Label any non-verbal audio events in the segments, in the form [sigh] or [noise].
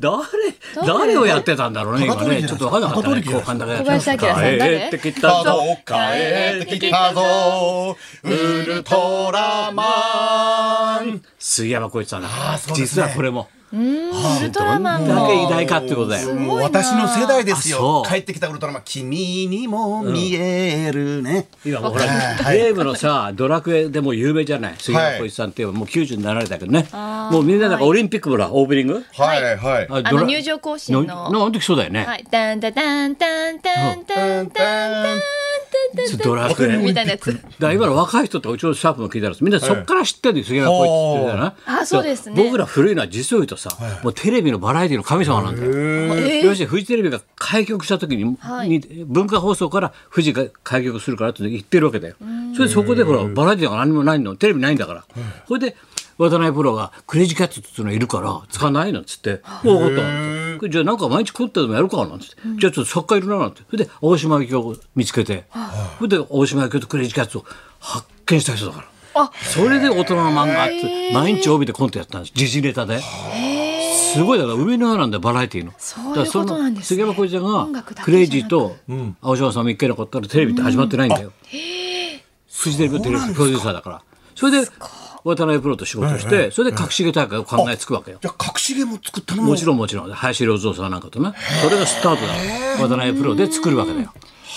誰誰をやってたんだろうね、今ね。ちょっと分かんなかったね。後半だけやっ小てます林明さん誰帰ってきたぞ。角帰ってきたぞウルトラマン杉山浩一さんだあーそうです実ねはこれも。ウルトラマンどんだけ偉の大かってことだよ。もう私の世代ですあそよう帰ってきたウルトラマン君にも見えるね、今もうほら、はいゲームのさ、ドラクエでもう有名じゃない。杉山浩一さんってもう90になられたけどね。もうみんななんかオリンピックもほら、オープニング。はいはいああの入場行進なの。なんで来そうだよね。はい。タンタタンタンタンタンタンタンタンタンドラクエ。みたいなやつ。だから今の若い人ってうちのスタッフも聞いたらみんなそっから知ってるんですよ、杉山浩一って言ってたなあそうですねだから僕ら古いのは実を言うとさ、もうテレビのバラエティの神様なんだよ。え要するにフジテレビが開局した時に,、はいに文化放送からフジが開局するからって言ってるわけだよ。それでそこでほらバラエティが何もないのテレビないんだから。それで渡辺プロが「クレイジーキャッツ」っていうのいるから使わないのっつって「おう分かった」じゃあなんか毎日コンテでもやるか」なんつって「じゃあちょっと作家いるな」なんてそれで大島由紀夫を見つけてそれで大島由紀夫とクレイジーキャッツを発見した人だから。あそれで大人の漫画って毎日帯でコントやったんです時事ネタで。すごいだから海のようなんだよバラエティーの。そういうことなんですねだからその杉山浩音一さん楽だがけクじゃなくレイジーと青島さんも一回残ったらテレビって始まってないんだよ。フジテレビのテレビのプロデューサーだから。それで渡辺プロと仕事してそれで隠し芸大会を考えつくわけよ。じゃあ隠し芸も作ったのもちろんもちろん林良三さんなんかとねそれがスタートだから渡辺プロで作るわけだよ。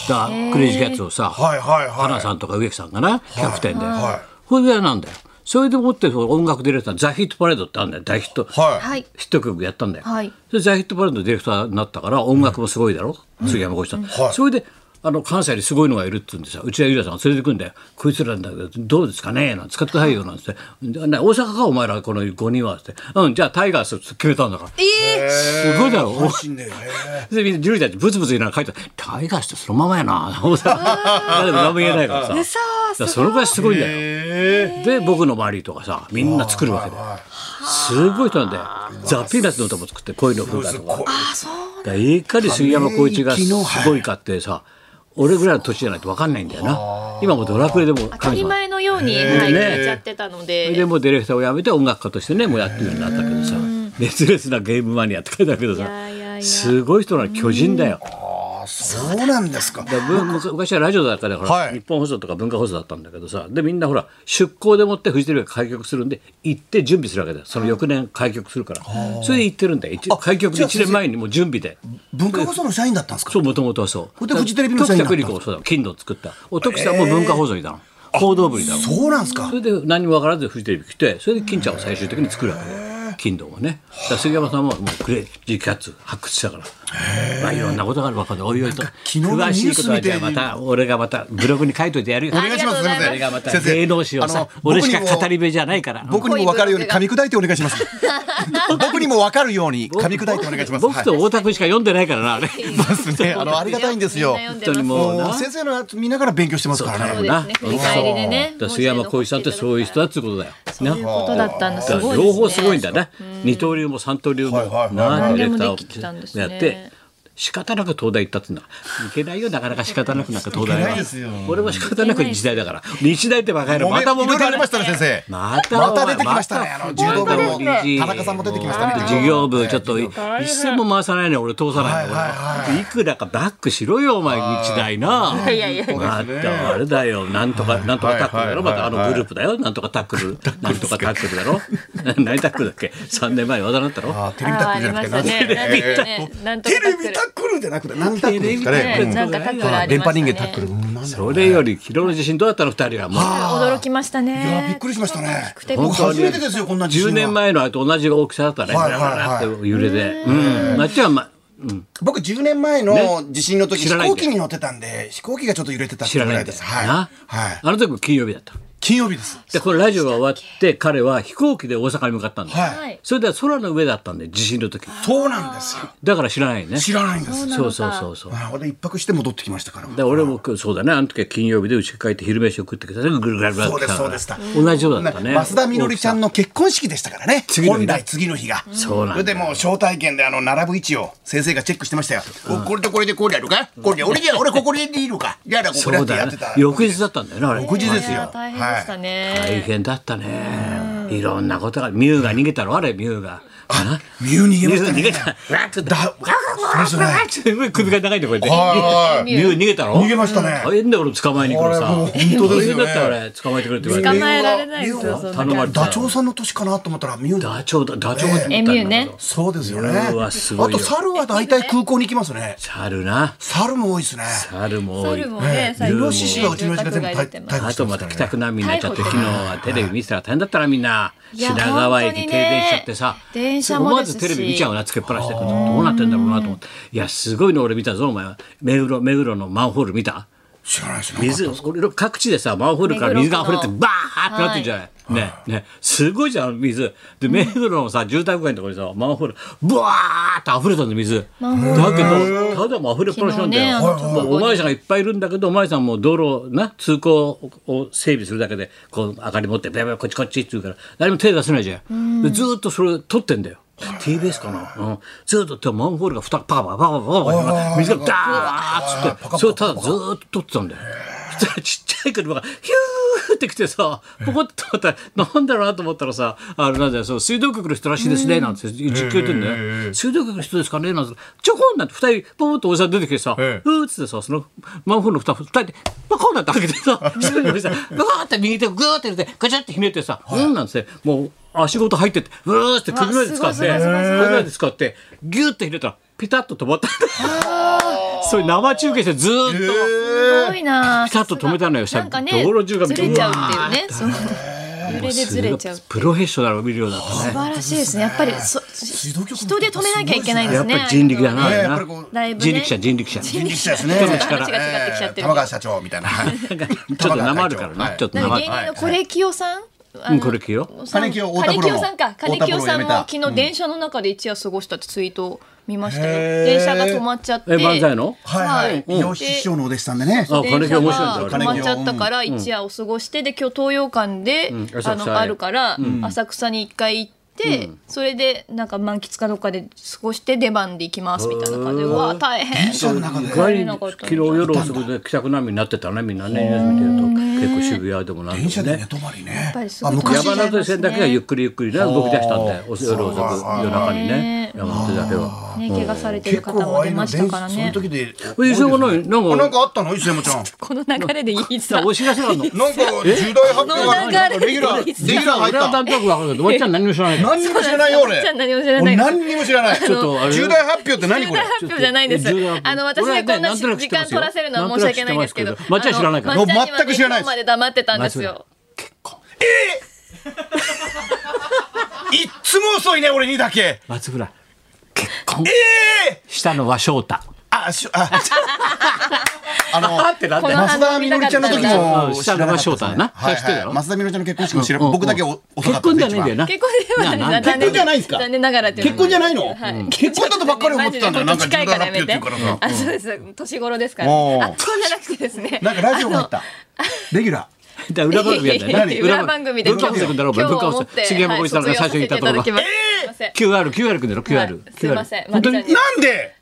だからクレイジーキャッツをさはいはいはい花さんとか植木さんがなキャプテンではそれぐらいなんだよ。それでもってその音楽ディレクターザ・ヒットパレードってあるんだよ大ヒット。ははいい。ヒット曲やったんだよ。はいそれザ・ヒットパレードのディレクターになったから音楽もすごいだろ、杉山浩一さん、はいそれであの関西にすごいのがいるって言うんでさ内田裕也さんが連れてくんだよこいつらなんだけどどうですかねなんて使ってくださいよなんつってでな大阪かお前らこの5人はつってうんじゃあタイガースって決めたんだからええ。すごいだろ阪神でへーでみんな獣医たちブツブツ言いながら書いてあるタイガースってそのままや [laughs] な大阪誰も何も言えないからささあ、だからすそごい。のぐらいすごいんだよ。で僕の周りとかさみんな作るわけだよ。すごい人なんだよ。ザ・ピーナッツの歌も作って恋の風歌とか。だからいかに杉山浩一がすごいかってさ俺ぐらいの年じゃないと分かんないんだよな。今もうドラクエでも当たり様前のように、はい、ねやっちゃってたのそれでで。もうディレクターを辞めて音楽家としてねもうやってるようになったけどさ熱烈なゲームマニアって書いてあるけどいさやいやいやすごい人なの巨人だよ。あそうなんですかだから文昔昔はラジオだからほら、はい日本放送とか文化放送だったんだけどさでみんなほら出向でもってフジテレビが開局するんで行って準備するわけだよその翌年開局するからそれで行ってるんだよ一開局じゃあ1年前にもう準備で文化放送の社員だったんですかそうもともとはそうれでフジテレビの社員になった徳久久里子そうだ金の作ったお徳さんも文化放送にいたの報道部にいたのそうなんですかそれで何も分からずフジテレビ来てそれで金ちゃんを最終的に作るわけで金堂をねだから杉山さんはもうクレイジーキャッツ発掘したからまあいろんなことがあるわけでおいおいと昨日の詳しいことはじゃあニまュースみたた俺がまたブログに書いといてやるよお願いしますすいません俺がまた先生芸能史をあさの俺僕しにかも語り部じゃないから僕にも分かるように噛み砕いてお願い [laughs] します。僕にも分かるように噛み砕いてお願いします。僕と太田君しか読んでないからなあれはいそうですね。あのありがたいんですよ。みんな読んで本当にもうもなう先生のやつ見ながら勉強してますからそうでね。すね。振り返りでねだ。から杉山浩一さんってそういう人だっつうことだよなということだったんだ。すだかごらいですね。両方すごいんだね、二刀流も三刀流もはいはいはいなあ何ディでレクタもできてーたんですをねやって仕方なく東大行ったっていうのはいけないよなかなか仕方なくなんか東大いはけないですよ俺も仕方なく日大だから日大ってバカ野郎またも揉いめてろいろあるりましたね先生。またまた出てきましたね。あの柔道部もまた田中さんも出てきましたね。事業部ちょっと一銭も回さないね俺通さないのはいはい俺いくらかバックしろよお前日大ないやいやいやまたあれだよなんとかなんとかタックルだろまはいはいたはあいのグループだよなんとかタック [laughs] ルなんとかタックルだろ [laughs] 何タックルだっけ三年前に話題になったろあテレビタあッあクルりじゃなまくてしたね。ねなんとかテレビタックルタックルねなんかタッテレビタックルじゃなくて何タックルですかね。クルあり電ましたね。波人間タックル。うんなんだろそれより昨日の地震どうだったの二人はもう驚きましたういやびねっ。くりしましたねくて。びっく僕り初めてですよこんな地震10は年。前のあれと同じ大きさだったねはいはいはブラいブラって揺れでうんまっちゃんはま僕10年前の地震の時知飛らないん行だ機よに乗ってたんで飛行機がちょっと揺れてたって知ぐらならいいんだでよす。はいなはい。あの時も金曜日だった金曜日です。でこのラジオが終わって彼は飛行機で大阪に向かったんだよ、はいはい。それでは空の上だったんで地震の時そうなんですよ。だから知らないね知らないんです。そうそうそうそうあ俺一泊して戻ってきましたから。で俺もそうだねあの時は金曜日で家帰って昼飯を食ってきたぐるぐるぐるぐるってそうですそうでし同じようだったね増田みのりちゃんの結婚式でしたからね次の日ね本来次の日がそうなんだよれでもう招待券であの並ぶ位置を先生がチェックしてましたよ、おこれとこれでこれやるかこれで俺じゃ俺ここでいるかいやだここでそやっうてだやよってた翌日だったんだよねあれ翌日ですいやよ大変でしたい大ね。変だったねいろんなことがミュウが逃げたろあれミュウがミュー逃げました逃げね。た。わっとだ、そうですね。首が長いんだこれで。はいはい。逃げ逃げたの逃げましたね大変だよ俺捕まえに行くのさ。これもう本当ですよ大変だねったよあれ捕まえてくれって言われ捕て。まえられないですよミュそーん頼なまれ感じたダチョウさんの年かなと思ったらミュー。ダチョウだダチョウがエ取っミュたーんねだそうですよね。うわあすごいよと猿は大体空港に行きますね。猿な。猿も多いですね。猿も多い猿。もね最イ近ノシシはうちの住親宅父が全部街逮出て逮ま捕してすあとまた帰宅難民になっちゃって逮捕昨日はテレビ見てたら大変だったなみんな品川駅停電しちゃってさいや本当にね電車も思わずですテしレビ見ちゃうなつけっぱなしてどうなってんだろうなと思っていやすごいの俺見たぞお前は目黒目黒のマンホール見た知らないですね。水俺の各地でさマンホールから水が溢れて目黒区のバーってなってんじゃない、ねねすごいじゃん水で目黒のさ住宅街のところにさマンホールブワーって溢れたんだ水だけどただもう溢れっぱなしなんだ昨日ねあよ、のはいはいはいもうお巡りさんがいっぱいいるんだけどお巡りさんも道路をな通行を整備するだけでこう明かり持ってベベこっちこっちって言うから誰も手出せないじゃんでずーっとそれ撮ってんだよ TBS かな、うん、ずーっとってマンホールがふたパカパカパカパカパカ水がダーッつってそれただずーっと撮ってたんだよ [laughs] そしたらちっちゃい車がヒューって来てさポコッと止まったらなんだろうなと思ったらさ「あれなんだよそう水道局の人らしいですね」なんて実況言ってんだよ「水道局の人ですかね?」なんてちょこんなんて2人ポンとおじさん出てきてさ「うええー」っつってさそのマンホールの蓋2人でパコンなんて開けてさ一人のおじさんバーって右手をグーって入れてガチャってひねってさ「うん」なんつってもう足元入ってってうーって首まで使ってうわすごいすごいすごいすごい首まで使ってギューってひねったらピタッと止 [laughs] まったんだそれ生中継してずーっと。すごいなピタッと止めたのよなんかね道路中がずれちゃうっていうねその揺れでずれちゃうプロフェッショナルを見るようだった素ね。晴らしいですねやっぱりそ水道局人で止めなきゃいけないんでやすっねぱり人力だな。ねあれやなっぱりこうだいぶね人力車人力車。人力車ですね。人の力話が違ってきちゃってる玉川社長みたいな。ちょっとなまるからはな。いちょっとだなからま芸る。人のコレキオさんあうのんこれ着よ。さん金清太田プロ金の清さんか金清さんも太田昨プロ日電車の中で一夜過ごしたってツイートを見ましたよ電車が止まっちゃってえ万歳のはいはい。美容師師匠のお弟子さんでね。あ金清電車面白いんだあがれ止まっちゃったから一夜を過ごしてで今日東洋館で、んあ浅草へのあるから、浅草に一回行って、それでなんか満喫かどっかで過ごして出番で行きますみたいな感じでうわ大変電車の中で。帰り昨日夜遅くで帰宅難民になってたねみんなねニュース見てると結構渋谷でもなんで電車もでね寝。泊まりねぱり。すごあい昔山手線だけがゆっくりゆっくりね動き出したんだよ。お夜遅く夜中にねね山手だけは。ね怪我されて結る方構あもあい出うのました電から車そのね時で。えしょうがないなんあかなんかあったの伊勢もちゃん。この流れでいいささあお知らせがある [laughs] の。なんか重大発表がなんかレギュラーえレギュラー入っ俺はた担当枠分かるけど、おばちゃん何も知らないから。何にも知らないよ俺ちゃん何も知らな俺い何にも知らないちょっとあれ重大発表って何これ発表じゃないです。あの私がこんな時間取らせるのは申し訳ないんですけど、まっちゃん知らないからあのまっちゃんにはね全く知らないです今まで黙ってたんですよ。いっつも遅いね俺にだけ松村結婚ええしたのは翔太あしょ [laughs] ああのってなんだよ増田みのりちゃんの時も下の場所だなはい知ってるはやいろ増田みのりちゃんの結婚式も知らうんなうん僕だけお遅か結った婚んじゃで一ないんだよ番な結婚では結ない。婚じゃないんですか残念ながらってう結婚じゃないのはい結婚だとばっかり思ってたんだよちょとなんか近いからやめ重大て発表っていうかあ、そうです。年頃ですから。あ、おーそうじゃなくてですね。なんかラジオが入ったレギュラーだ裏番組やんだよいやいや [laughs] 裏番組で文化放送君だろお前今文日化を放もっ送て杉山浩一さんが最初にいたところはい卒業させていただきます QR QR 君だろはい QR すいません QR 本当にまっちゃんにな [laughs] んで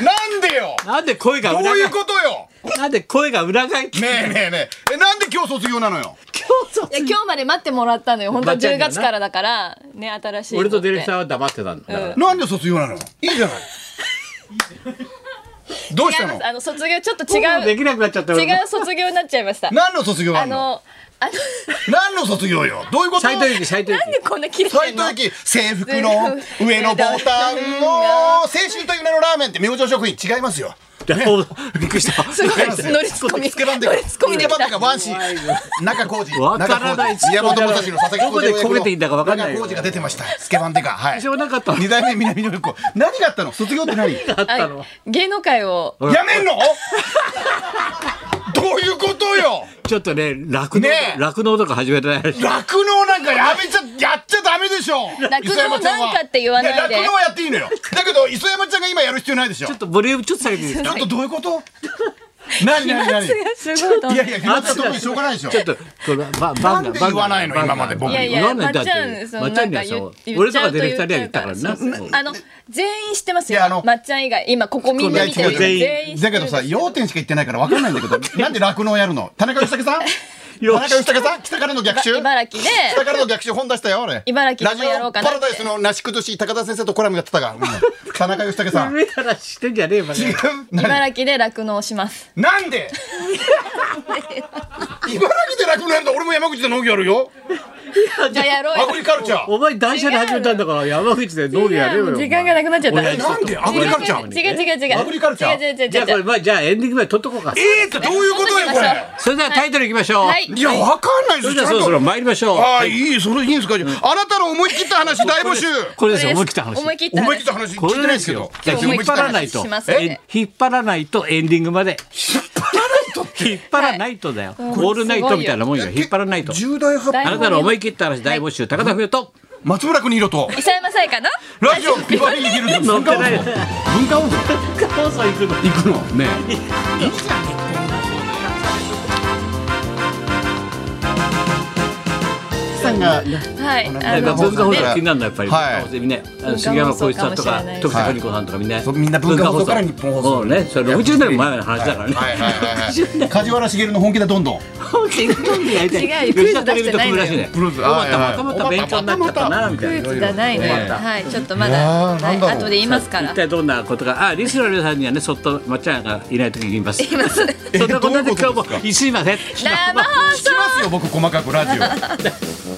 なんでよなんで声がどう裏い返うことよなんで声が裏返ってねえねえねええなんで今日卒業なのよ競いや今日まで待ってもらったのよ。本当まっちゃん10にはな月からだからね新しい子って。俺とディレクターは黙ってたんだからなんで卒業なのよいいじゃないどうし違たいまのす。あの卒業ちょっと違もでうきなくなっちゃったよ違う卒業になっちゃいました。何の卒業なあののあの何の卒業よどういうこと斎藤由貴斎藤由なんでこんな綺麗斉な。藤由貴制服の上のボタンの青春という名のラーメンって明星食品違いますよ貴びっくりしたすごいです。乗りツッコミ。つけばんで乗りツッコミでつけきばんたで。かワンシー中浩二わからない中浩二宮本武蔵の佐々木どこで焦げていいんだかわかんないよ中浩二が出てましたスケバンデカ [laughs] はいしょうがなかったの二代目南のり子何があったの卒業っ [laughs] て何やあったのはい芸能界をめんのどういうことよちょっとね酪農ねえ酪農とか始めてないらしい酪農なんかやめちゃやっちゃダメでしょ酪農なんかって言わないでや酪農はやっていいのよだけど磯山ちゃんが今やる必要ないでしょちょっとボリュームちょっと下げていいですちかょっとどういうこと [laughs] 何何何 [laughs] すごいすごいと思いってやいや、今特にしょうがないでしょ。ちょっと、この、ば、ばんなんが、でば言わないの今まで僕いやいや、まっちゃん、そまっのちゃなんんにかは言そうっ、言っ俺ちとゃかうとディレ言クっターにちはゃ言ったからうからな。そうあの、全員知ってますいよやあの。まっちゃん以外、今ここみんいやな見てる。全員全員知ってだけるどさ、要点しか言ってないから分かんないんだけど、なんで酪農やるの田中義武さんよ田中義孝さん北からの逆襲茨城で [laughs] 北からの逆襲本出したよ俺茨城ラでジもやろオうかパなっラてダイスのなし崩し高田先生とコラムやってたが、うん田中義武さん違う上からしてんじゃねえばね何茨城で酪農しますなんで茨城で楽になるんだ俺も山口で農業やるよじゃあやろうアよグリカルチャーお前断捨離始めたんだから山口で農業やれよもう時間がなくなっちゃった親父なんでアグリカルチャー違う違う違うアグリカルチャー違う違う違う違うじゃあこれまあじゃあエンディングまで撮っとこうかえーってどういうことよこれそれではタイトルいきましょう、はいいやわかんないでそれすでよはそちゃんろそとろ参りましょうああいいそれいいんですかあなたの思い切った話大募集これですよ思思いい切った話切った思い切った話聞こいてれないでですすけどよじゃあ思引いっ切った張話らないとしますねえ引っ張らないとエンディングまで引っ張らないとだよオールナイトみたいなもんよ引っ張らないと重大発表あなたの思い切った話大募集高田冬と松村邦弘と伊佐山さやかなラジオビバリーヒルズ乗っ文化て放ない送文化放送放送行くの行くのねえさんがはいあ文化の放送ねが気になるのはやっぱり、はいみんなあの放送杉山浩一さんとかかもしれない徳田邦子さんとかみんな、そうみんな文化放送から日本放送そうねそれ60年も前の話だからね、はいはいはいはい梶原茂の本気だどんどん本気で興味ないで違うよ吉田テレビと組むらしいねクイズ出してないのよまたまたまた勉強になっちゃったなみクたいーなツがないねいろいろはいちょっとまいやだーはないんだろう後で言いますから一体どんなことがあリスナーの皆さんにはねそっとまっちゃんがいない時に言います言いますそんなこんなで今日もどういうことですすいません [laughs] 生放聞きますよ僕細かくラジオ